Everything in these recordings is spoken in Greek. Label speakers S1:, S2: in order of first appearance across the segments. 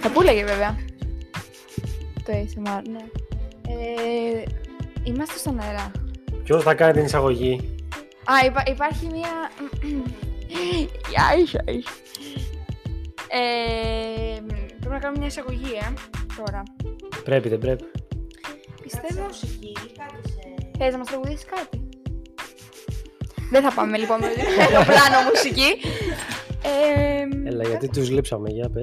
S1: Θα που έλεγε βέβαια. Το ASMR, ναι. Ε, είμαστε στον αέρα.
S2: Ποιος θα κάνει την εισαγωγή.
S1: Α, υπα- υπάρχει μία... Γεια ίσα, ίσα. Ε, πρέπει να κάνουμε μια εισαγωγή, ε, τώρα.
S2: Πρέπει, δεν πρέπει.
S1: Πιστεύω...
S3: Κάτσε μουσική, κάτσε.
S1: Θες να μας τραγουδήσεις κάτι. Δεν θα πάμε λοιπόν με το πλάνο μουσική. Ε,
S2: Έλα, γιατί τους λείψαμε, για πες.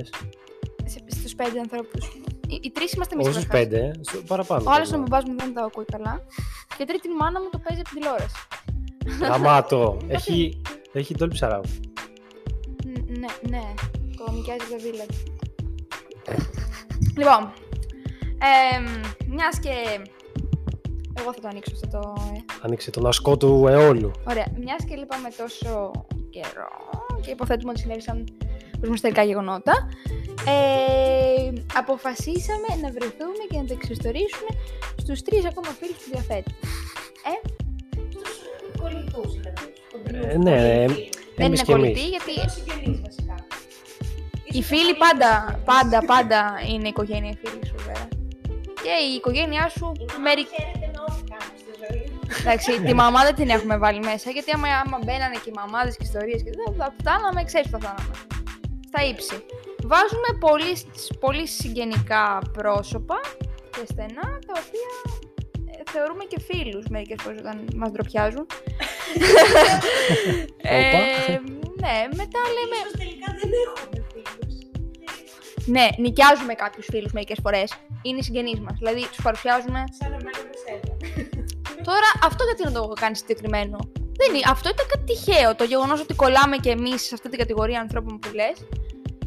S1: σε- Στους πέντε ανθρώπους. Οι, οι τρεις είμαστε εμείς.
S2: Όχι στου
S1: καταρχάς.
S2: πέντε, ε, στο- παραπάνω.
S1: Ο άλλος ο μπαμπάς μου δεν τα ακούει καλά. Και τρίτη η μάνα μου το παίζει από την τηλεόραση.
S2: Γαμάτο. έχει, έχει τόλμη ψαράου.
S1: Ν- Ναι, ναι. Το νοικιάζει το δηλαδή. λοιπόν, ε, μιας και. Εγώ θα το ανοίξω αυτό το. ε.
S2: Άνοιξε τον ασκό του αιώλου.
S1: Ωραία. Μιας και λείπαμε τόσο καιρό και υποθέτουμε ότι συνέβησαν προσμοστερικά γεγονότα. Ε, αποφασίσαμε να βρεθούμε και να το εξιστορίσουμε στους τρεις ακόμα φίλους που διαθέτουμε.
S3: Στους
S1: Ε.
S3: κολλητούς, δηλαδή. τους κοντινούς,
S2: Ε, ναι,
S3: κολλητοί.
S1: Δεν
S2: Εμείς
S1: είναι
S2: και
S1: κολλητή,
S2: εμείς.
S1: γιατί
S3: Εδώ συγγενείς, βασικά.
S1: Οι
S3: Ίσως
S1: φίλοι
S3: τα
S1: πάντα,
S3: καλύτερα.
S1: πάντα, πάντα είναι η οικογένεια οι φίλοι σου, βέβαια. Και η οικογένειά σου,
S3: Η μαμά
S1: μερικ...
S3: χαίρεται με ό,τι κάνω στη ζωή.
S1: εντάξει, τη μαμά δεν την έχουμε βάλει μέσα, γιατί άμα, άμα μπαίνανε και οι μαμάδες και ιστορίες και δεν θα φτάναμε, ξέρεις που θα φτάναμε. Στα ύψη. Βάζουμε πολύ, σ- πολύ συγγενικά πρόσωπα και στενά, τα οποία ε, θεωρούμε και φίλους μερικές φορές όταν μας ντροπιάζουν. ε, ναι, μετά λέμε,
S3: Ίσως τελικά δεν έχουμε φίλους.
S1: Ναι, νοικιάζουμε κάποιους φίλους μερικές φορές. Είναι συγγενείς μας. Δηλαδή, τους παρουσιάζουμε.
S3: Σαν να μένουμε σε ένα.
S1: Τώρα, αυτό γιατί να το έχω κάνει συγκεκριμένο. Δεν είναι. Αυτό ήταν κάτι τυχαίο. Το γεγονός ότι κολλάμε κι εμείς σε αυτή την κατηγορία ανθρώπων που λες.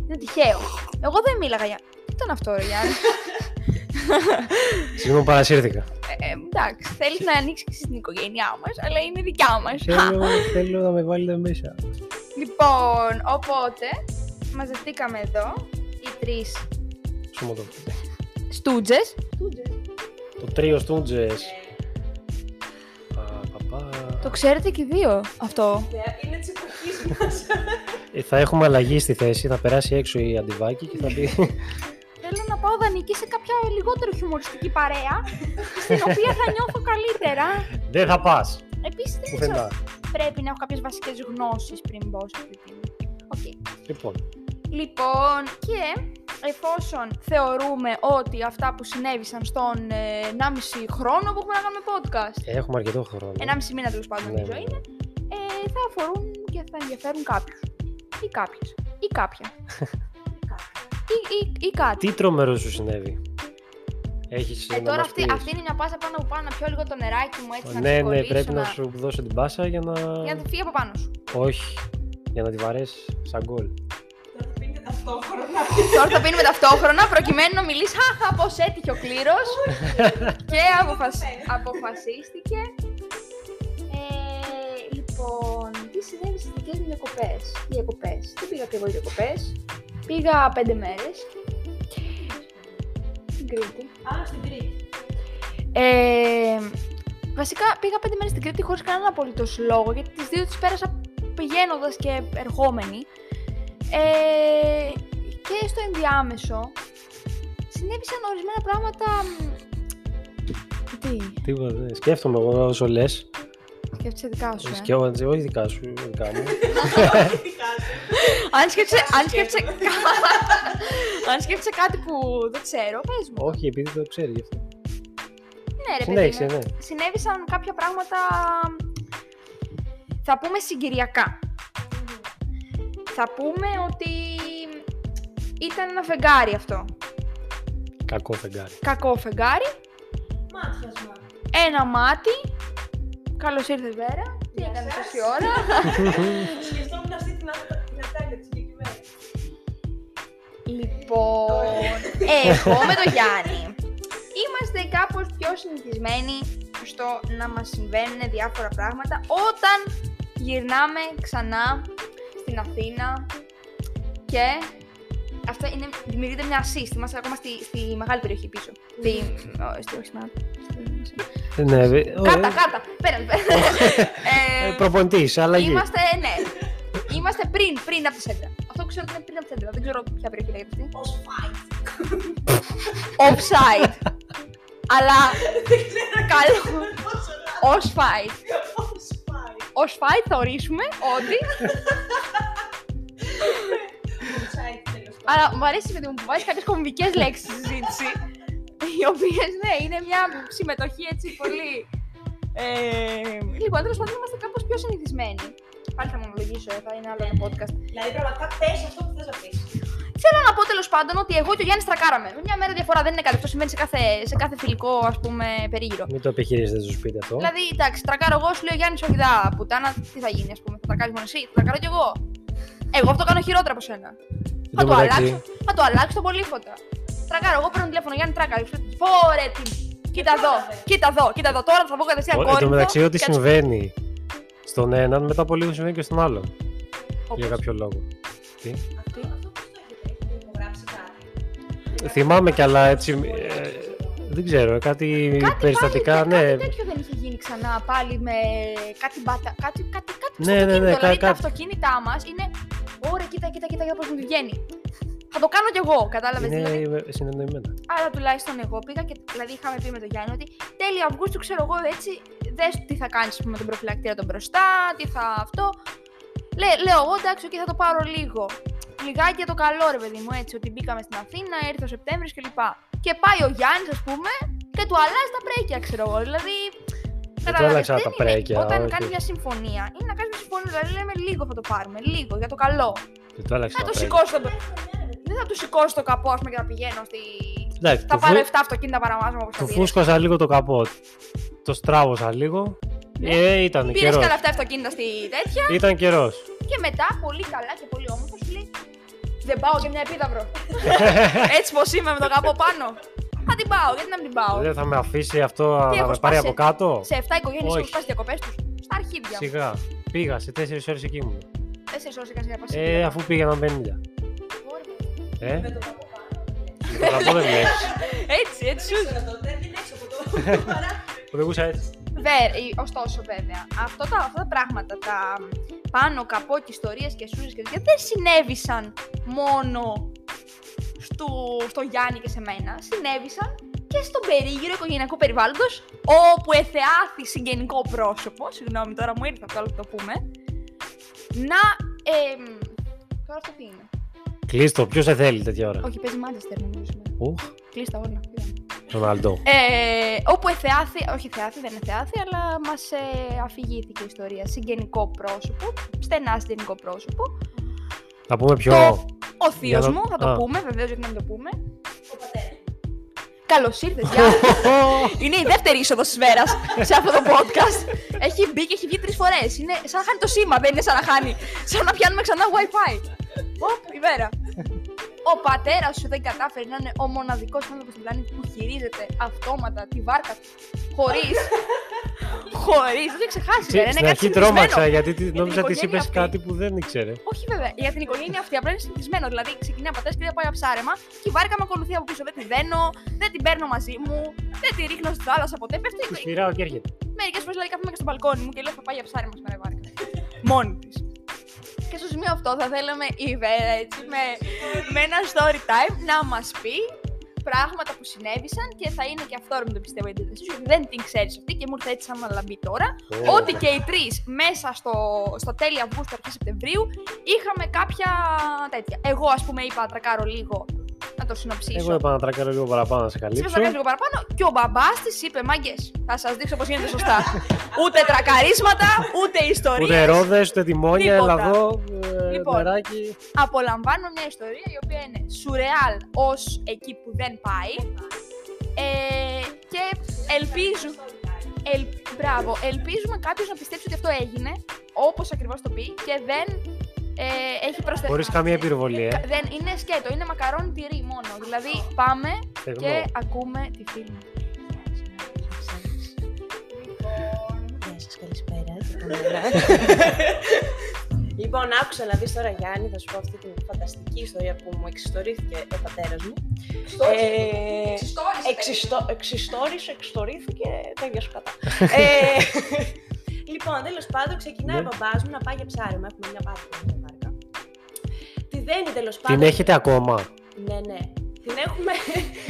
S1: Είναι τυχαίο. Εγώ δεν μίλαγα για. Τι ήταν αυτό, ρε Γιάννη.
S2: Συγγνώμη, παρασύρθηκα.
S1: Ε, ε, εντάξει, θέλεις να ανοίξεις και στην οικογένειά μας, αλλά είναι δικιά μας.
S2: θέλω, θέλω να με βάλετε μέσα.
S1: Λοιπόν, οπότε μαζευτήκαμε εδώ οι τρεις
S2: Σου μου το πείτε.
S1: στούτζε.
S2: Το τρίο στούντζες. Παπά.
S1: Το ξέρετε και οι δύο αυτό.
S3: Ναι, Είναι της εποχής μας.
S2: Ε, Θα έχουμε αλλαγή στη θέση, θα περάσει έξω η αντιβάκη και θα πει.
S1: Θέλω να πάω δανεική σε κάποια λιγότερο χιουμοριστική παρέα, στην οποία θα νιώθω καλύτερα.
S2: Δεν θα πας.
S1: Επίσης, δεν ξέρω,
S2: Πουθενά.
S1: πρέπει να έχω κάποιες βασικές γνώσεις πριν μπω σε αυτή την. Οκ.
S2: Λοιπόν,
S1: Λοιπόν, και εφόσον θεωρούμε ότι αυτά που συνέβησαν στον ε, 1,5 χρόνο που έχουμε να κάνουμε podcast,
S2: έχουμε αρκετό χρόνο. Ναι,
S1: 1,5 μήνα τέλος πάντων, νομίζω είναι, ε, θα αφορούν και θα ενδιαφέρουν κάποιους. Ή κάποιες. Ή κάποια. ή, ή, ή κάτι.
S2: Τι τρομερό σου συνέβη. Έχεις
S1: Ε, τώρα αυτή, αυτή είναι μια πάσα πάνω που πάω να πιω λίγο το νεράκι μου έτσι να
S2: Ναι, ναι,
S1: ξεκολλήσω,
S2: πρέπει να σου δώσω την πάσα για να.
S1: Για να το φύγει από πάνω σου.
S2: Όχι. Για να τη βαρέσεις σαν γκολ.
S3: Να το πίνετε ταυτόχρονα.
S1: τώρα θα πίνουμε ταυτόχρονα προκειμένου να μιλήσει. Χαχα, πώς έτυχε ο κλήρος. και αποφασ- αποφασίστηκε. Ε, λοιπόν, τι συνέβη στις δικές μου διακοπές. Διακοπές. Δεν πήγα και εγώ διακοπές. Πήγα πέντε μέρες. Στην Κρήτη.
S3: Α, στην Κρήτη.
S1: Ε, βασικά πήγα πέντε μέρες στην Κρήτη χωρίς κανένα απολύτως λόγο, γιατί τις δύο τις πέρασα πηγαίνοντας και ερχόμενοι. Ε, και στο ενδιάμεσο συνέβησαν ορισμένα πράγματα... μ, Τι,
S2: Τίποτα. δεν- Σκέφτομαι εγώ όσο λες.
S1: σκέφτεσαι δικά σου, ε.
S2: Σκέφτομαι, όχι δικά σου, δικά μου.
S3: Τι κάνεις.
S1: Αν σκέφτεσαι, αν σκέφτεσαι, αν σκέφτεσαι κάτι που δεν ξέρω, πες μου.
S2: όχι, επειδή το ξέρει γι' αυτό.
S1: Ναι, ρε παιδί
S2: Συνέχισε,
S1: μου.
S2: ναι.
S1: Συνέβησαν κάποια πράγματα, θα πούμε συγκυριακά. Θα πούμε ότι ήταν ένα φεγγάρι αυτό.
S2: Κακό φεγγάρι.
S1: Κακό φεγγάρι,
S3: Μάτιασμα.
S1: ένα μάτι. Καλώς ήρθες Βέρα. Τι
S3: Γεια
S1: έκανες
S3: σας.
S1: τόση ώρα.
S3: Σκεφτόμουν αυτή την ατα- την ατάκα της συγκεκριμένης.
S1: λοιπόν, εγώ με τον Γιάννη. Είμαστε κάπως πιο συνηθισμένοι στο να μας συμβαίνουν διάφορα πράγματα όταν γυρνάμε ξανά στην Αθήνα και αυτό είναι, δημιουργείται μια assist. Είμαστε ακόμα στη, στη μεγάλη περιοχή πίσω. Στη, ο, στη, όχι, στη μεγάλη.
S2: Ε, ναι, βε- ωραία.
S1: Κάρτα, κάρτα. Πέραν, πέραν.
S2: Ε, Προπονητής, αλλαγή.
S1: Είμαστε, ναι. Είμαστε πριν, πριν από τη σέντρα. Αυτό ξέρω ότι είναι πριν από τα δεν ξέρω ποια περιοχή λέγεται αυτή.
S3: Ως fight.
S1: Offside. Αλλά καλό.
S3: Πόσο λάθος,
S1: Ως fight.
S3: ως fight.
S1: Ως fight θα ορίσουμε ότι.
S3: Ως fight, τέλος πάντων.
S1: Αλλά μου αρέσει παιδί μου που βάζεις κάποιες κομβικές λέξεις στη συζήτηση. οι οποίες ναι, είναι μια συμμετοχή έτσι πολύ. Ε, λοιπόν, τέλος πάντων είμαστε κάπως πιο συνηθισμένοι. Πάλι θα μονολογήσω, ε, θα είναι άλλο ένα podcast.
S3: Δηλαδή πραγματικά πες αυτό που θες να πεις.
S1: Θέλω να πω τέλος πάντων ότι εγώ και ο Γιάννης τρακάραμε. Με μια μέρα διαφορά δεν είναι κάτι. Αυτό συμβαίνει σε κάθε, σε κάθε φιλικό ας πούμε περίγυρο.
S2: Μην το επιχειρήσετε στο σπίτι αυτό.
S1: Δηλαδή, εντάξει, τρακάρω εγώ, σου λέω Γιάννη, όχι δά, πουτάνα, τι θα γίνει, ας πούμε. Θα τρακάρει μόνο εσύ, θα τρακάρω κι εγώ. Εγώ αυτό κάνω χειρότερα από σένα.
S2: Εν
S1: Θα
S2: τω
S1: το
S2: μεταξύ,
S1: αλλάξω, θα το αλλάξω τον πολύφωτα. Τρακάρω, εγώ παίρνω τηλέφωνο, Γιάννη Τράκα. Φόρε την. Κοίτα εδώ, κοίτα εδώ, κοίτα εδώ. Τώρα θα βγω κατευθείαν
S2: ο- Εν
S1: κόρη.
S2: τω μεταξύ, ό,τι συμβαίνει στον έναν, μετά από λίγο συμβαίνει και στον άλλον. Για κάποιο λόγο.
S3: Αυτό αυτό πώς το έχετε, έχετε υπογράψει κάτι.
S2: Θυμάμαι κι άλλα, έτσι,
S3: Πολύ
S2: ε,
S3: έξω.
S2: Δεν ξέρω, κάτι,
S1: Κάτι
S2: περιστατικά,
S1: πάλι,
S2: ναι.
S1: Κάτι τέτοιο δεν είχε γίνει ξανά πάλι με κάτι μπατα. Κάτι, κάτι, κάτι
S2: Ναι, ναι, ναι,
S1: αυτοκίνητο. δηλαδή
S2: κάτι-
S1: τα
S2: κάτι.
S1: αυτοκίνητά μας είναι. Ωραία, κοίτα, κοίτα, κοίτα, για πώς μου τη βγαίνει. Θα το κάνω κι εγώ, κατάλαβες.
S2: είναι
S1: Δηλαδή,
S2: ε, συνεννοημένα.
S1: άρα τουλάχιστον εγώ πήγα και δηλαδή είχαμε πει με τον Γιάννη ότι τέλη Αυγούστου ξέρω εγώ έτσι. Δες τι θα κάνεις με τον προφυλακτήρα τον μπροστά, τι θα αυτό. Λέ, λέω εγώ εντάξει, και θα το πάρω λίγο. Λιγάκι για το καλό, ρε παιδί μου, έτσι. Ότι μπήκαμε στην Αθήνα, ήρθε ο Σεπτέμβρης κλπ. Και πάει ο Γιάννης, ας πούμε, και του αλλάζει τα πρέκια, ξέρω εγώ. Δηλαδή. καταλαβαίνεις,
S2: άλλαξα
S1: δεν
S2: τα
S1: είναι-
S2: πρέκια,
S1: Όταν
S2: όχι.
S1: κάνει μια συμφωνία, είναι να κάνεις μια συμφωνία. Δηλαδή, λέμε λίγο θα το πάρουμε, λίγο για το καλό.
S2: Δεν το άλλαξα.
S1: Θα το
S2: τα
S1: σηκώσω. τον-
S3: Τουλάχιστον, ναι, ρε παιδί.
S1: Δεν θα τους σηκώσω το καπό, ας πούμε, και να πηγαίνω στη.
S2: Εντάξει,
S1: Θα
S2: του,
S1: πάρω
S2: φου-
S1: 7 αυτοκίνητα παραμάζω όπως θα
S2: του φούσκωσα λίγο το καπότ. Το στράβωσα λίγο. Ε, ήταν
S1: Πήρες
S2: καιρός.
S1: Ναι. καλά αυτά αυτοκίνητα στη τέτοια
S2: Ήταν καιρός.
S1: και μετά πολύ καλά και πολύ όμορφα σου λέει Δεν πάω για μια επίδαυρο. Έτσι πως είμαι με το καπό πάνω. Θα την πάω, γιατί να μην την πάω.
S2: Δεν θα με αφήσει αυτό
S1: Τι
S2: να
S1: έχω
S2: με πάρει
S1: σπάσει.
S2: από κάτω.
S1: Σε 7 οικογένειε
S2: Όχι.
S1: έχουν σπάσει διακοπές τους. Στα αρχίδια.
S2: Σιγά. Πήγα σε 4 ώρες εκεί μου.
S1: 4 ώρε έκανε για πάση.
S2: Ε, αφού πήγαιναν 50. Ε,
S3: Με το καπό πάνω.
S2: με το καπό δεν βλέπει.
S1: Έτσι, έτσι.
S3: Δεν ξέρω το, δεν είναι έξω από το παράθυρο.
S2: Οδηγούσα έτσι.
S1: Βε- ε, ωστόσο, βέβαια, αυτό τα, αυτά τα πράγματα, τα πάνω καπό και ιστορίες και σούζες και τέτοια, δεν συνέβησαν μόνο στο, στο Γιάννη και σε μένα. Συνέβησαν και στον περίγυρο οικογενειακού περιβάλλοντος, όπου εθεάθη συγγενικό πρόσωπο. Συγγνώμη, τώρα μου ήρθε αυτό άλλο που το πούμε. Να. εμ, τώρα αυτό τι είναι.
S2: Κλείστο, ποιος σε θέλει τέτοια ώρα.
S1: Όχι, παίζει Manchester νομίζω σήμερα.
S2: Ουχ,
S1: Κλείστα όλα.
S2: Ροναλντό.
S1: Ε, όπου εθεάθη, όχι εθεάθη, δεν εθεάθη, αλλά μας ε, αφηγήθηκε η ιστορία. Συγγενικό πρόσωπο, στενά συγγενικό πρόσωπο.
S2: Θα πούμε πιο.
S1: Το- Ο θείος
S2: Για να-
S1: μου, θα το
S2: α.
S1: πούμε, βεβαίως γιατί να μην το πούμε.
S3: Ο πατέρα.
S1: Καλώς ήρθες, Γιάννη. Είναι η δεύτερη είσοδος της Βέρας σε αυτό το podcast. Έχει μπει και έχει βγει τρεις φορές. Είναι σαν να χάνει το σήμα, δεν είναι σαν να χάνει. Σαν να πιάνουμε ξανά WiFi. Οπ, η Βέρα. Ο πατέρας σου δεν κατάφερε να είναι ο μοναδικός άνθρωπος στην πλανήτη που χειρίζεται αυτόματα τη βάρκα του. Χωρίς. Χωρίς. Δεν το έχει ξεχάσει,
S2: Ξε-
S1: Βέρα. Είναι
S2: Στην
S1: κάτι
S2: αρχή
S1: συνηθισμένο.
S2: τρόμαξα γιατί τη- νόμιζα
S1: την
S2: τη είπε
S1: οικογένεια αυτή.
S2: κάτι που δεν ήξερε.
S1: Όχι βέβαια, για την οικογένεια αυτή απλά είναι συνηθισμένο. Δηλαδή ξεκινάει ο πατέρας και δεν πάει για ψάρεμα και η βάρκα με ακολουθεί από πίσω. Δεν τη δένω, δεν την παίρνω μαζί μου, δεν τη ρίχνω στη θάλασσα ποτέ. Πέφτει
S2: Τη σφυράω και έρχεται.
S1: Μερικές φορές δηλαδή κάθομαι και στο μπαλκόνι μου και λέω θα πάει για ψάρεμα σήμερα η βάρκα. Μόνη της. Και στο σημείο αυτό θα θέλαμε η Βέρα έτσι με, με ένα story time να μας πει πράγματα που συνέβησαν και θα είναι και αυθόρμητο πιστεύω η αντίδρασή σου, γιατί δεν την ξέρεις αυτή και μου ήρθε έτσι σαν μαλαμπή τώρα.
S2: Ω.
S1: Ότι και οι τρεις μέσα στο, στο τέλη Αυγούστου, αρχή Σεπτεμβρίου είχαμε κάποια τέτοια. Εγώ, ας πούμε, είπα τρακάρω λίγο να το συνοψίσω.
S2: Εγώ είπα να τρακάρω λίγο παραπάνω να σε
S1: Σήμερα
S2: καλύψω.
S1: θα κάνει λίγο παραπάνω και ο μπαμπάς της είπε: Μάγκες, θα σας δείξω πώς γίνεται σωστά. ούτε τρακαρίσματα, ούτε ιστορίες.
S2: Ούτε ρόδες, ούτε τιμόνια,
S1: Τίποτα.
S2: ελαδό, ε,
S1: Λοιπόν.
S2: νεράκι.
S1: Απολαμβάνουμε μια ιστορία η οποία είναι σουρεάλ ως εκεί που δεν πάει. Ε, και ελπίζω. Ελ... Μπράβο. Ελπίζουμε κάποιος να πιστέψει ότι αυτό έγινε όπως ακριβώς το πει και δεν ε, έχει προσθεθεί.
S2: Χωρίς καμία επιρροβολή, ε.
S1: Δεν είναι σκέτο, είναι μακαρόνι τυρί μόνο. Δηλαδή πάμε και
S2: Στεγνό.
S1: ακούμε τη φίλη.
S3: Γεια σας, καλησπέρα. λοιπόν, άκουσα να δεις τώρα Γιάννη, θα σου πω αυτή την φανταστική ιστορία που μου εξιστορήθηκε ο πατέρας μου. Ε, Εξιστο, εξιστόρησε, εξιστορήθηκε, τέτοια σκατά. ε, λοιπόν, τέλος πάντων, ξεκινάει
S2: Ναι.
S3: ο μπαμπάς μου να πάει για ψάρεμα. Έχουμε μια πάρα πολύ μεγάλη βάρκα. Τη συμβαίνει τέλος πάντων.
S2: Την έχετε ακόμα.
S3: Ναι, ναι. Την έχουμε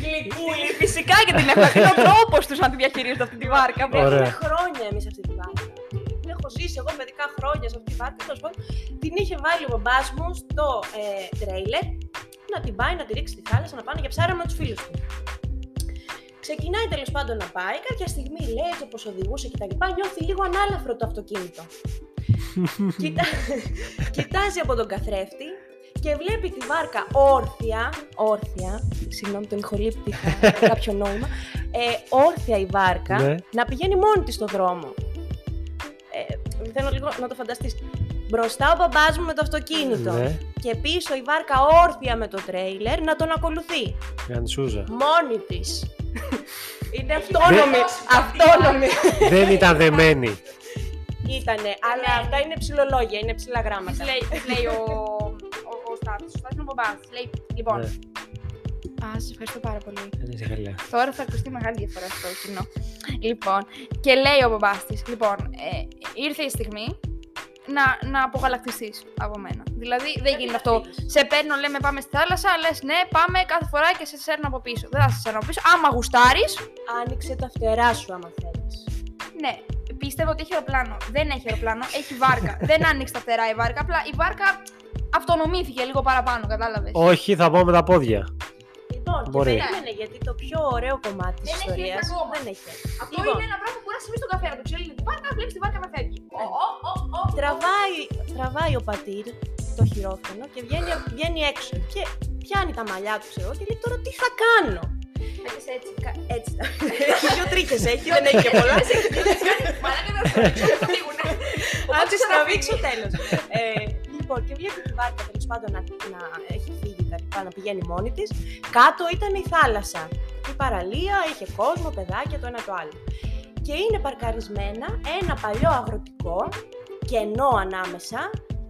S3: γλυκούλη.
S1: Φυσικά και την έχουν. Είναι ο τρόπος τους να τη διαχειρίζονται αυτή τη βάρκα.
S3: Έχουμε
S2: Ωραία.
S3: χρόνια εμείς αυτή τη βάρκα. Την έχω ζήσει εγώ μερικά χρόνια σε αυτή τη βάρκα. τέλος πάντων. την είχε βάλει ο μπαμπάς μου στο ε, τρέιλερ να την πάει να τη ρίξει στη θάλασσα να πάνε για ψάρα με τους φίλους του. Ξεκινάει τέλος πάντων να πάει. Κάποια στιγμή λέει έτσι όπω οδηγούσε και τα λοιπά. Νιώθει λίγο ανάλαφρο το αυτοκίνητο. Κοιτά... Κοιτάζει από τον καθρέφτη και βλέπει τη βάρκα όρθια, όρθια, συγγνώμη τον ηχολήπτη, είχα κάποιο νόημα, ε, όρθια η βάρκα
S2: Ναι.
S3: να πηγαίνει μόνη της στον δρόμο. Ε, θέλω λίγο να το φανταστείς. Μπροστά ο μπαμπάς μου με το αυτοκίνητο
S2: Ναι,
S3: και πίσω η βάρκα όρθια με το τρέιλερ να τον ακολουθεί.
S2: Γανσούζα.
S3: Μόνη της. Είναι αυτόνομη, αυτόνομη.
S2: Δεν ήταν δεμένη.
S3: Ήτανε, αλλά αυτά είναι ψηλολόγια, είναι ψηλά
S1: Της
S3: γράμματα.
S1: λέει- της λέει ο, ο, ο Στάθης, ο Στάθης είναι ο μπαμπάς. Της λέει, λοιπόν,
S2: Ναι,
S1: α, σε ευχαριστώ πάρα πολύ.
S2: δεν είσαι καλά.
S1: Τώρα θα ακουστεί μεγάλη διαφορά στο κοινό. Λοιπόν, και λέει ο μπαμπάς της, λοιπόν, ε, ήρθε η στιγμή να, να απογαλακτιστείς από μένα. Δηλαδή, δεν γίνεται αυτό. Σε παίρνω, λέμε πάμε στη θάλασσα, λες ναι, πάμε κάθε φορά και σε σέρνω από πίσω. Δεν θα σε σέρνω από πίσω. Άμα γουστάρεις,
S3: Άνοιξε τα φτερά σου άμα θέλεις.
S1: Ναι, πιστεύω ότι έχει αεροπλάνο. Δεν έχει αεροπλάνο, έχει βάρκα. δεν άνοιξε τα φτερά η βάρκα. Απλά η βάρκα αυτονομήθηκε λίγο παραπάνω, κατάλαβες.
S2: Όχι, θα πάω με τα πόδια.
S3: Λοιπόν,
S2: Μπορεί.
S3: και περίμενε γιατί το πιο ωραίο κομμάτι της
S1: Δεν έχει
S3: ιστορίας
S1: έρθει ακόμα.
S3: δεν έχει. έρθει.
S1: Αυτό
S3: Λοιπόν.
S1: είναι ένα πράγμα που κουράσει εμεί τον καθένα. Του ξέρει την βάρκα, βλέπει τη βάρκα να φεύγει. Ο, ο, ο, ο, ο.
S3: Τραβάει, τραβάει ο πατήρ το χειρόφρενο και βγαίνει, βγαίνει έξω και πιάνει τα μαλλιά του ξέρω και λέει τώρα τι θα κάνω.
S1: Έκες έτσι.
S3: Έτσι. έχει δύο τρίχες έχει, δεν έχει και πολλά.
S1: Μαλάκα δεν θα σου φύγουν.
S3: Αν τις τραβήξω τέλος. Ε, λοιπόν, και βλέπει τη βάρκα τέλος πάντων να, να έχει φύγει τα λοιπά, να πηγαίνει μόνη της. Κάτω ήταν η θάλασσα. Η παραλία, είχε κόσμο, παιδάκια, το ένα το άλλο. Και είναι παρκαρισμένα ένα παλιό αγροτικό, κενό ανάμεσα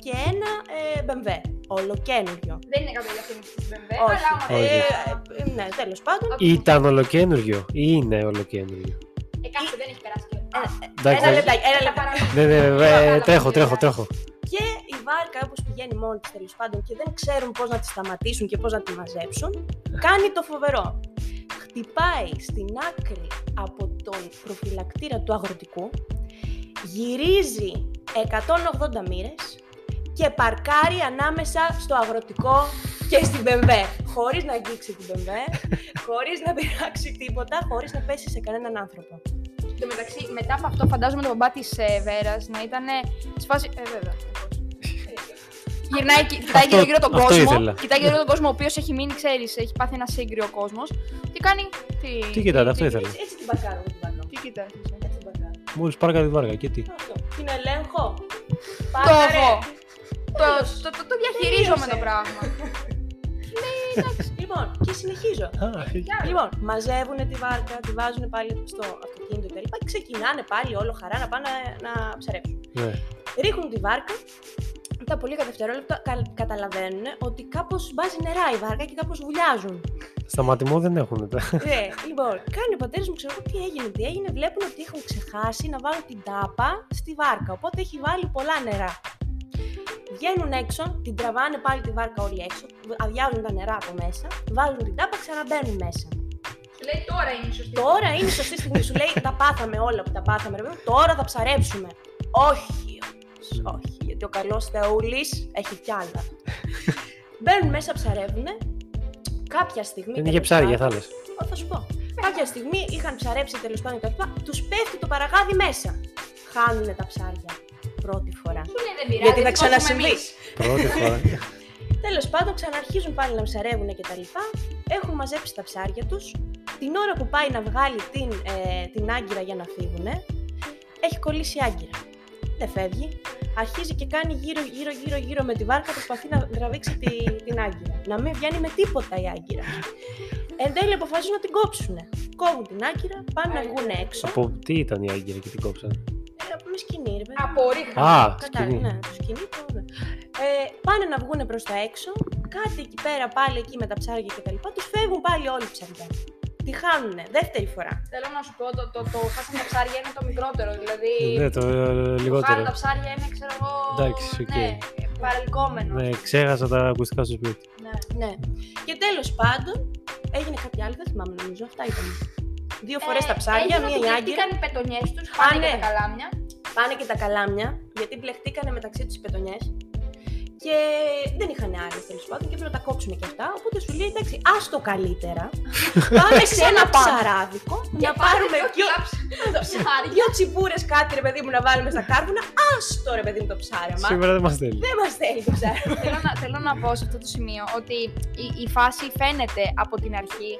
S3: και ένα ε, μπεμβέ. Ολοκένουργιο.
S1: Δεν είναι καμία αυτή τη BMW, αλλά άμα
S3: Όχι.
S1: δεν.
S3: Ε,
S2: Όχι.
S3: ε, ναι, τέλος πάντων.
S2: Ήταν ολοκένουργιο ή είναι ολοκένουργιο.
S1: Ε, κάτσε, δεν έχει περάσει και.
S3: Ε,
S2: Εντάξει,
S3: Ένα
S2: δεν-
S3: λεπτάκι, ένα λεπτάκι.
S2: δεν- δεν- ε, τρέχω, τρέχω, τρέχω.
S3: Και η βάρκα, όπω πηγαίνει μόνη της τέλος πάντων και δεν ξέρουν πώς να τη σταματήσουν και πώς να τη μαζέψουν, κάνει το φοβερό. Χτυπάει στην άκρη από τον προφυλακτήρα του αγροτικού, γυρίζει 180 μοίρες και παρκάρει ανάμεσα στο αγροτικό και στην Μπεμβέ. Χωρίς να αγγίξει την Μπεμβέ, χωρίς να πειράξει τίποτα, χωρίς να πέσει σε κανέναν άνθρωπο.
S1: Εν τω μεταξύ, μετά από αυτό, φαντάζομαι τον μπαμπά της ε, Βέρας να ήταν. ε, Στη φάση. Ε, βέβαια. σαφώς. Γυρνάει, και- κοιτάει
S2: Αυτό-
S1: γύρω γύρω τον
S2: αυτό
S1: κόσμο.
S2: ήθελα.
S1: Κοιτάει γύρω τον κόσμο, ο οποίος έχει μείνει, ξέρεις, έχει πάθει ένα σύγκριο κόσμος. Και κάνει. Τι,
S2: Τι κοιτάτε, αυτό ήθελα.
S3: Έτσι, έτσι την παρκάρω, την παρκάρω.
S1: Τι κοιτάζει.
S3: Έτσι την παρκάρω.
S2: Μόλι πάρκα τη βάρκα και τι.
S3: Αυτό. Την ελέγχω.
S1: Το
S3: Πάρε.
S1: εγώ. Το, το, το, το διαχειρίζομαι το
S3: Τελείωσε.
S1: πράγμα.
S3: Λοιπόν, και συνεχίζω.
S2: Α,
S1: Ε.
S3: Λοιπόν, μαζεύουν τη βάρκα, τη βάζουν πάλι στο αυτοκίνητο κτλ. Και ξεκινάνε πάλι όλο χαρά να πάνε να, να ψαρέψουν.
S2: ναι.
S3: Ρίχνουν τη βάρκα. Τα πολύ λίγα δευτερόλεπτα κα- καταλαβαίνουν ότι κάπως μπάζει νερά η βάρκα και κάπως βουλιάζουν.
S2: Στα ματιμό δεν έχουν τα.
S3: ναι, λοιπόν, κάνει ο πατέρας μου, ξέρω εγώ τι έγινε, τι έγινε. Βλέπουν ότι έχουν ξεχάσει να βάλουν την τάπα στη βάρκα. Οπότε έχει βάλει πολλά νερά. Βγαίνουν έξω, την τραβάνε πάλι τη βάρκα όλοι έξω, αδειάζουν τα νερά από μέσα, βάζουν την τάπα, ξαναμπαίνουν μέσα.
S1: Σου λέει τώρα είναι η σωστή.
S3: Τώρα είναι η σωστή στιγμή. Σου λέει τα πάθαμε όλα που τα πάθαμε, ρε παιδί μου, τώρα θα ψαρέψουμε. Όχι, όμως, όχι, γιατί ο καλός Θεούλης έχει κι άλλα. Μπαίνουν μέσα, ψαρεύουν. Κάποια στιγμή.
S2: Δεν είχε
S3: τέλος
S2: ψάρι για
S3: πάντων,
S2: θάλασσα.
S3: Ω, θα σου πω. Κάποια στιγμή είχαν ψαρέψει τέλος πάντων και αυτά. Τους πέφτει το παραγάδι μέσα. Χάνουν τα ψάρια. Πρώτη φορά.
S1: Σου λέει δεν πειράζει.
S3: Γιατί θα
S1: σηκώσουμε
S3: ξανασυμβεί.
S1: εμείς.
S2: Πρώτη φορά.
S3: Τέλος πάντων, ξαναρχίζουν πάλι να ψαρεύουν και τα λοιπά. Έχουν μαζέψει τα ψάρια τους. Την ώρα που πάει να βγάλει την, ε, την άγκυρα για να φύγουν, έχει κολλήσει η άγκυρα. Δεν φεύγει. Αρχίζει και κάνει γύρω-γύρω-γύρω-γύρω με τη βάρκα. Προσπαθεί να τραβήξει τη, την άγκυρα. Να μην βγαίνει με τίποτα η άγκυρα. Εν τέλει αποφασίζουν να την κόψουν. Κόβουν την άγκυρα, πάνε να βγουν έξω.
S2: Από τι ήταν η Άγκυρα και την κόψαν.
S3: Ε, με σκηνή, ρε παιδί.
S1: Απορρίχα.
S2: Α,
S3: Κατάλαβα,
S2: σκηνή.
S3: ναι, το σκηνή το ωραίο. Ε, πάνε να βγουν προς τα έξω, κάτι εκεί πέρα πάλι εκεί με τα ψάρια κτλ. Τους φεύγουν πάλι όλοι οι ψάρια. Τη χάνουνε, δεύτερη φορά.
S1: Θέλω να σου πω, το, το, το χάσαμε τα ψάρια είναι το μικρότερο. Δηλαδή,
S2: Ναι, το ε,
S1: χάνουν τα
S2: λιγότερο.
S1: ψάρια είναι, ξέρω εγώ.
S2: Εντάξει, οκ.
S1: ναι, που παρελκόμενο.
S2: Ναι, ξέχασα τα ακουστικά στο σπίτι.
S3: Ναι. Και τέλος πάντων έγινε κάποια άλλη, δεν θυμάμαι νομίζω. Αυτά ήταν. Δύο φορές
S1: Ε,
S3: τα ψάρια, μία η Άγκυρα.
S1: οι πετονιές τους,
S3: Α,
S1: πάνε
S3: ναι.
S1: και τα καλάμια.
S3: Πάνε και τα καλάμια, γιατί μπλεχτήκανε μεταξύ τους οι πετονιές. Και δεν είχαν άλλες τέλος πάντων και έπρεπε να τα κόψουν και αυτά. Οπότε σου λέει εντάξει, άστο καλύτερα. Πάμε σε ένα
S1: Ξαναπάμε.
S3: ψαράδικο να πάρουμε πιο Δυο τσιμπούρες κάτι ρε παιδί μου να βάλουμε στα κάρβουνα. Άστο ρε παιδί μου το ψάρεμα.
S2: Σήμερα δεν μας θέλει.
S3: Δεν μας θέλει το ψάρεμα.
S1: θέλω, να, θέλω να πω σε αυτό το σημείο ότι η, η φάση φαίνεται από την αρχή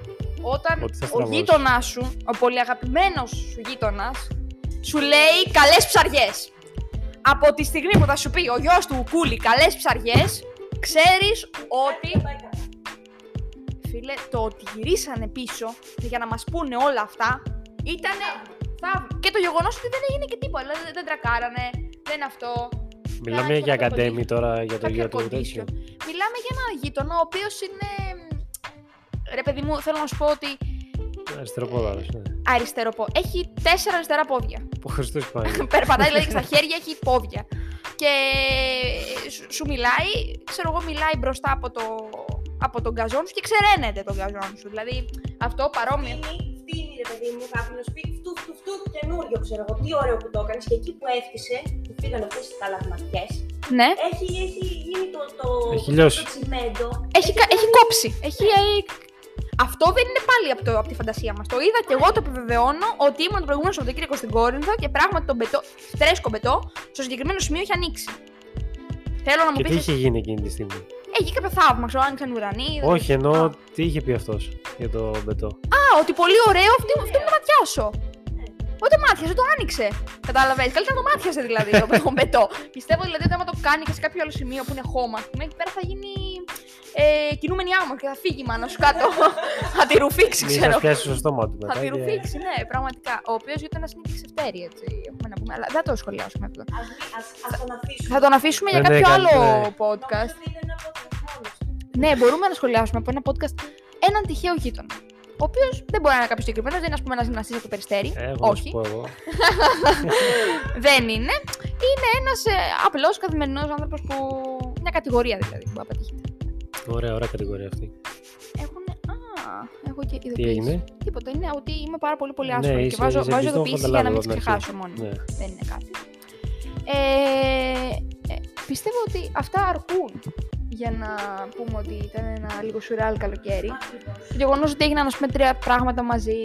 S1: όταν
S2: Ότι θα
S1: ο
S2: στραβώσεις.
S1: γείτονα σου, ο πολύ αγαπημένος σου γείτονας, σου λέει καλές ψαριές. Από τη στιγμή που θα σου πει ο γιος του κούλι καλές ψαριές, ξέρεις ότι. Φίλε, το ότι γυρίσανε πίσω για να μας πούνε όλα αυτά ήταν θαύμα. Και το γεγονός ότι δεν έγινε και τίποτα. Δηλαδή δεν τρακάρανε, δεν αυτό.
S2: Μιλάμε για
S1: κάποιο
S2: ακαδέμι τώρα για το
S1: Κάποια
S2: γιο του.
S1: condition.
S2: τέτοιο.
S1: Μιλάμε για ένα γείτονα ο οποίος είναι. Ρε παιδί μου, θέλω να σου πω ότι
S2: Αριστεροπόδαρος.
S1: αριστερό πόδι. Έχει τέσσερα αριστερά πόδια.
S2: ναι. Ο Χριστός Παναγιώτη.
S1: Περπατάει δηλαδή και στα χέρια, έχει πόδια. Και ε, σου, σου μιλάει, ξέρω εγώ, μιλάει μπροστά από, το, από τον καζόν σου και ξεραίνεται τον καζόν σου. Δηλαδή αυτό παρόμοιο.
S3: Φτύνει ρε παιδί μου, κάποιο πει φτού, φτού, φτού, καινούριο ξέρω εγώ. Τι ωραίο που το έκανες και εκεί που έφτιασε, που πήγαν αυτές τις καλαγματιέ.
S1: Ναι.
S3: Έχει, έχει γίνει το, το,
S2: Έχει λιώσει.
S3: το τσιμέντο.
S1: Έχει, κα- έχει κόψει. Έχει, έχει- Αυτό δεν είναι πάλι από, το, από τη φαντασία μας. Το είδα και εγώ, το επιβεβαιώνω ότι ήμουν το προηγούμενο Σαββατοκύριακο στην Κόρινθο και πράγματι τον πετώ, φρέσκο πετώ, στο συγκεκριμένο σημείο είχε ανοίξει. Θέλω να μου
S2: Και τι
S1: πεις.
S2: είχε γίνει εκείνη τη στιγμή.
S1: Έχει κάποιο θαύμα, ξέρω, άνοιξαν ουρανοί. δεν-
S2: Όχι,
S1: Α,
S2: ενώ τι είχε πει αυτός για το μπετό.
S1: Α, ότι πολύ ωραίο, αυτό, αυτό είναι το ματιάσω. Ούτε μάτιασε, το άνοιξε. Κατάλαβες. Καλύτερα το μάτιασε δηλαδή το τον πετώ. Πιστεύω δηλαδή ότι άμα το κάνει και σε κάποιο άλλο σημείο που είναι χώμα, ας πούμε, εκεί πέρα θα γίνει ε, κινούμενη άμμο και θα φύγει μάνα σου κάτω. θα τη ρουφήξει,
S2: Μη σα
S1: ξέρω.
S2: πιάσει στο στόμα του
S1: Θα
S2: μετά.
S1: τη
S2: και-
S1: ρουφήξει, ναι, πραγματικά. Ο οποίος γείτονα είναι και ξεφτέρι, έτσι. Έχουμε να πούμε, αλλά δεν θα το σχολιάσουμε αυτό.
S3: Ας, ας- ας τον αφήσουμε.
S1: Θα τον αφήσουμε για
S2: Δεν
S1: κάποιο
S2: έκανε,
S1: άλλο
S2: ναι.
S1: podcast.
S3: Νομίζω ότι είναι ένα podcast μόνος του.
S1: Ναι, μπορούμε να σχολιάσουμε από ένα podcast έναν τυχαίο γείτονα. Ο οποίος δεν μπορεί να είναι κάποιος συγκεκριμένος, δεν είναι ας πούμε ένας γυμναστής από το περιστέρι.
S2: Ε, Εγώ να σου
S1: Όχι,
S2: πω εγώ.
S1: δεν είναι. Είναι ένας ε, απλός καθημερινός άνθρωπος που. μια κατηγορία δηλαδή που απατήχεται.
S2: Ωραία, ωραία κατηγορία αυτή.
S1: Έχουν. Α, έχω και ειδοποίηση.
S2: Τι έγινε.
S1: Τίποτα. Είναι ότι είμαι πάρα πολύ πολύ
S2: Ναι,
S1: άσχολη και
S2: είσαι-
S1: βάζω,
S2: είσαι
S1: βάζω
S2: πιστό,
S1: ειδοποίηση για να μην
S2: καταλάβω
S1: τι
S2: από την αρχή.
S1: ξεχάσω μόνο.
S2: Ναι.
S1: δεν είναι κάτι. Ε, ε, πιστεύω ότι αυτά αρκούν για να πούμε ότι ήταν ένα λίγο σουρεάλ καλοκαίρι. Το γεγονός ότι έγιναν ας πούμε, τρία πράγματα μαζί,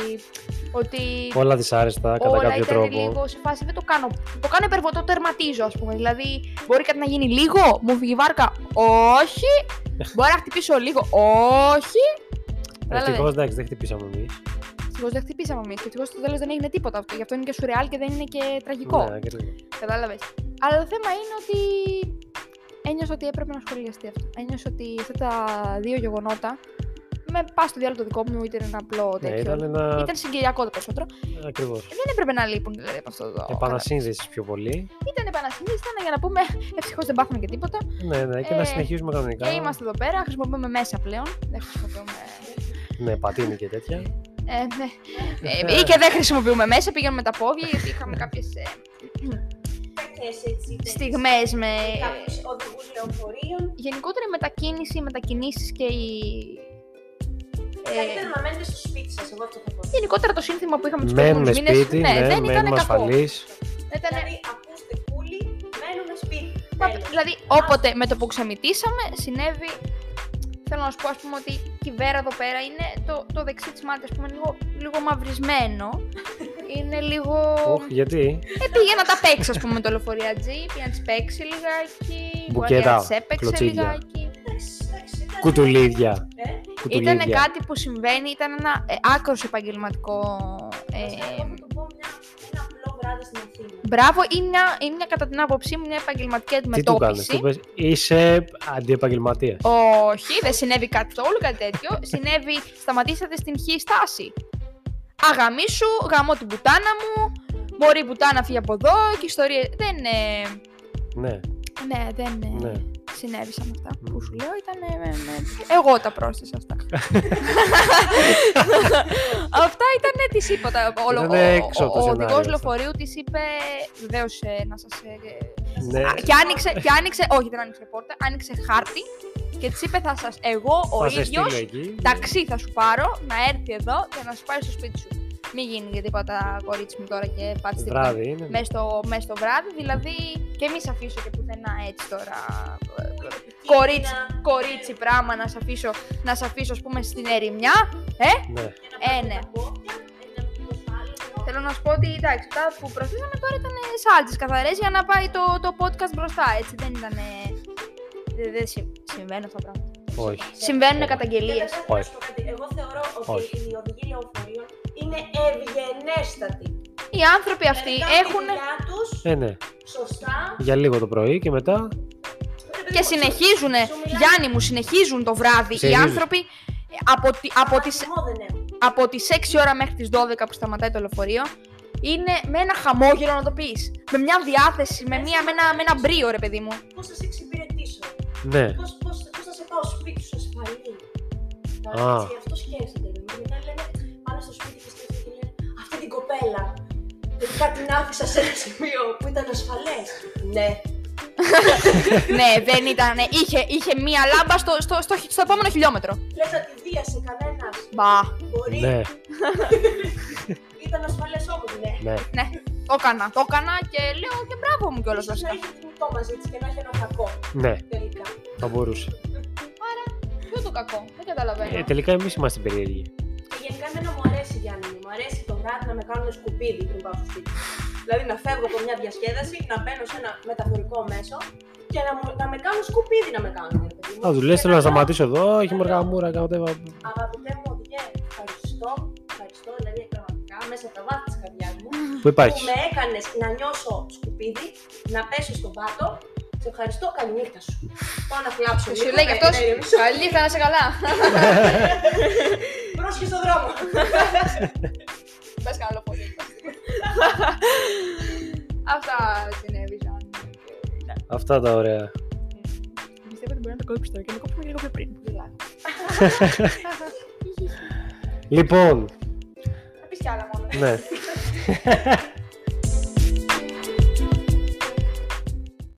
S1: ότι
S2: Όλα δυσάρεστα κατά
S1: όλα
S2: κάποιο
S1: ήταν
S2: τρόπο.
S1: λίγο σε φάση δεν το κάνω. Το κάνω υπερβολικό, το τερματίζω, ας πούμε. Δηλαδή, μπορεί κάτι να γίνει λίγο, μου φύγει η βάρκα, όχι. μπορεί να χτυπήσω λίγο, όχι. Κατάλαβες.
S2: Ευτυχώ εντάξει, δεν χτυπήσαμε εμείς.
S1: Ευτυχώς δεν χτυπήσαμε εμείς και ευτυχώς στο τέλος δεν έγινε τίποτα αυτό. Γι' αυτό είναι και σουρεάλ και δεν είναι και τραγικό.
S2: Ναι, ακριβώς.
S1: Κατάλαβες. Αλλά το θέμα είναι ότι ένιωσα ότι έπρεπε να σχολιαστεί αυτό. Ένιωσα ότι αυτά τα δύο γεγονότα με πας στο διάλογο το δικό μου, είτε ένα απλό
S2: Ναι,
S1: τέτοιο.
S2: ήταν ένα.
S1: Ήταν συγκυριακό το περισσότερο.
S2: Ακριβώς.
S1: Δεν έπρεπε να λείπουν δηλαδή από αυτό το.
S2: Επανασύνδεσης πιο πολύ.
S1: Ήταν επανασυνήθιστα ήταν για να πούμε ευτυχώς δεν πάθαμε και τίποτα.
S2: Ναι, ναι, και
S1: Ε,
S2: να συνεχίσουμε κανονικά.
S1: Και είμαστε εδώ πέρα, χρησιμοποιούμε μέσα πλέον. Δεν χρησιμοποιούμε.
S2: Ναι, πατίνι και τέτοια.
S1: Ε, ναι. Ε, ή και δεν χρησιμοποιούμε μέσα, πήγαμε με τα πόδια γιατί είχαμε ε, κάποιε
S3: Τέτοιες, έτσι, τέτοιες.
S1: στιγμές με.
S3: Κάποιους οδηγούς λεωφορείων.
S1: Γενικότερα η μετακίνηση, οι μετακινήσεις και οι.
S3: Καλύτερα να μένετε στο σπίτι σας, εγώ αυτό θα πω.
S1: Ε. γενικότερα το σύνθημα που είχαμε τους
S2: Μένουμε
S1: προηγούμενους μήνε.
S2: σπίτι,
S1: ναι,
S2: ναι,
S1: δεν ήταν
S2: μένουμε
S1: κακό.
S2: ασφαλείς.
S1: Δεν ήταν-
S3: Δηλαδή, ακούστε κούλι, μένουμε σπίτι. Ε,
S1: Μα,
S3: Τέλος.
S1: δηλαδή, όποτε με το που ξεμητήσαμε, συνέβη. Θέλω να σου πω, ας πούμε, ότι η βέρα εδώ πέρα είναι το, το δεξί της μάτι, ας πούμε, λίγο, λίγο μαυρισμένο. είναι λίγο.
S2: Όχι, γιατί.
S1: ε, πήγε να τα παίξει, ας πούμε, με το λεωφοριατζή, πήγε να τις παίξει λιγάκι. μπορεί
S2: Μπουκέτα,
S1: να τις έπαιξε
S2: κλωτσίδια.
S1: λιγάκι.
S3: Εντάξει, εντάξει, ήταν-
S2: Κουτουλίδια.
S3: Ε,
S1: Ήταν
S2: Κουτουλίδια.
S1: κάτι που συμβαίνει, ήταν ένα ε, άκρος επαγγελματικό.
S3: εγώ
S1: Ε,
S3: θα του πω μια- ένα απλό βράδυ στην Αθήνα.
S1: Μπράβο, είναι μια, είναι μια κατά την άποψή μου μια επαγγελματική
S2: Τι του κάνει,
S1: αντιμετώπιση.
S2: του πες, είσαι αντιεπαγγελματίας.
S1: Όχι, δεν συνέβη καθόλου κάτι τέτοιο. συνέβη, σταματήσατε στην χη στάση. Αγαμίσου, γαμώ την πουτάνα μου, μπορεί η πουτάνα φύγει από εδώ και ιστορία. Δεν. Ε,
S2: Ναι,
S1: ναι, δεν ε,
S2: ναι.
S1: συνέβησαν αυτά που
S2: Μμμ.
S1: σου λέω. Ήταν. ε, ε, ε, εγώ τα πρόσθεσα αυτά. αυτά ήταν τη είπα. τα- Ο, ο,
S2: Ήτανε έξω από το
S1: ο, ο
S2: σενάριο
S1: οδηγό
S2: αυτό.
S1: λεωφορείου της είπε. Βεβαίως ε, να ε, σα
S2: Ναι.
S1: Α, Και άνοιξε, και άνοιξε, όχι δεν άνοιξε πόρτα, άνοιξε χάρτη και της είπε θα σας, εγώ ο
S2: Θα σε στείλω
S1: ίδιος,
S2: εκεί.
S1: ταξί θα σου πάρω, να έρθει εδώ και να σου πάει στο σπίτι σου. Μην γίνει για τίποτα κορίτσι μου τώρα και πάτησε τίποτα
S2: Βράδυ είναι.
S1: μέσα στο, μέσα στο βράδυ, δηλαδή και μη σε αφήσω και πουθενά έτσι τώρα κορίτσι,
S3: ε,
S1: κορίτσι πράγμα να σε αφήσω, να σε αφήσω ας πούμε στην ερημιά.
S2: Ναι.
S1: Ε, ναι.
S3: Ε,
S1: Θέλω να σου πω ότι εντάξει, αυτά που προωθήσαμε τώρα ήταν σάλτσες καθαρές για να πάει το, το podcast μπροστά. Έτσι δεν ήταν. Δεν δε, συμβαίνουν αυτά τα πράγματα.
S2: Όχι.
S1: Συμβαίνουν καταγγελίες.
S2: Όχι.
S3: Εγώ θεωρώ
S2: Όχι.
S3: ότι οι οδηγοί λεωφορείων είναι ευγενέστατοι. Δηλαδή,
S1: Οι άνθρωποι αυτοί έχουν
S3: Κάνουν τη δουλειά τους
S2: Ε, ναι.
S3: σωστά.
S2: Για λίγο το πρωί και μετά.
S1: και συνεχίζουν. Γιάννη μου, συνεχίζουν το βράδυ.
S2: Συνεχίζουν.
S1: Οι άνθρωποι ε, από, τη- από, τις,
S3: Βαθμό δεν έχουν.
S1: από τις 6 ώρα μέχρι τις 12 που σταματάει το λεωφορείο είναι με ένα χαμόγελο να το πεις. Με μια διάθεση, με, μια, με, ένα, με ένα μπρίο ρε παιδί μου.
S3: Πώς θα σε εξυπηρετήσω,
S2: Ναι.
S3: πώς πώς, πώς θα σε πάω σπίτι σου ασφαλή.
S2: Α.
S3: Έτσι, αυτό σκέφτεται. ρε. Μετά λένε πάνω στο σπίτι και σκέφτεται και λένε Αυτή την κοπέλα. Τελικά την άφησα σε ένα σημείο που ήταν ασφαλές. Ναι.
S1: ναι, δεν ήταν. Είχε, είχε μία λάμπα στο, στο, στο, στο επόμενο χιλιόμετρο.
S3: Λες να τη βίασε κανένας.
S1: Μπα.
S3: Μπορεί.
S2: Ναι.
S3: Ήταν ασφαλές όμως, ναι.
S2: Ναι.
S1: Το έκανα, το έκανα και λέω και μπράβο μου κιόλας
S3: Ίσως να
S1: βασικά.
S3: είχε κινητό μαζί της και να έχει ένα κακό
S2: Ναι.
S3: τελικά.
S2: Θα μπορούσε.
S1: Ποιο το κακό, δεν
S2: Ε,
S1: καταλαβαίνω.
S2: τελικά εμείς είμαστε περίεργοι.
S3: Και γενικά εμένα μου αρέσει Γιάννη, μου. μου αρέσει το βράδυ να με κάνουν σκουπίδι πριν πάω στο σπίτι. δηλαδή να φεύγω από μια διασκέδαση, να μπαίνω σε ένα μεταφορικό μέσο και να, μου, να με κάνουν σκουπίδι να με κάνουν. ρε παιδί μου.
S2: Θα του λε,
S3: Και
S2: θέλω να
S3: λέω,
S2: σταματήσω εδώ. Έχει μοργαμούρα, κάνω τέβα.
S3: Αγαπητέ μου, οδηγέ, ευχαριστώ. Ευχαριστώ, δηλαδή πραγματικά μέσα από τα βάθη της καρδιάς μου
S2: Πού
S3: που
S2: υπάρχει.
S3: με έκανες να νιώσω σκουπίδι, να πέσω στον πάτο. Σε ευχαριστώ, καληνύχτα σου. Πάω να φυλάξω.
S1: Και σου
S3: λίγο,
S1: λέει
S3: να
S1: κι αυτός,
S3: ηρεμήσω.
S1: καλή θα να σε καλά.
S3: Πρόσχε στον δρόμο.
S1: Πες καλό πολύ. Αυτά συνέβησαν.
S2: Αυτά τα ωραία.
S1: Πιστεύω ότι μπορεί να το κόψεις τώρα και να το κόψουμε και λίγο πιο πριν.
S2: Λοιπόν,
S1: Θα πεις κι άλλα μόνο.
S2: ναι.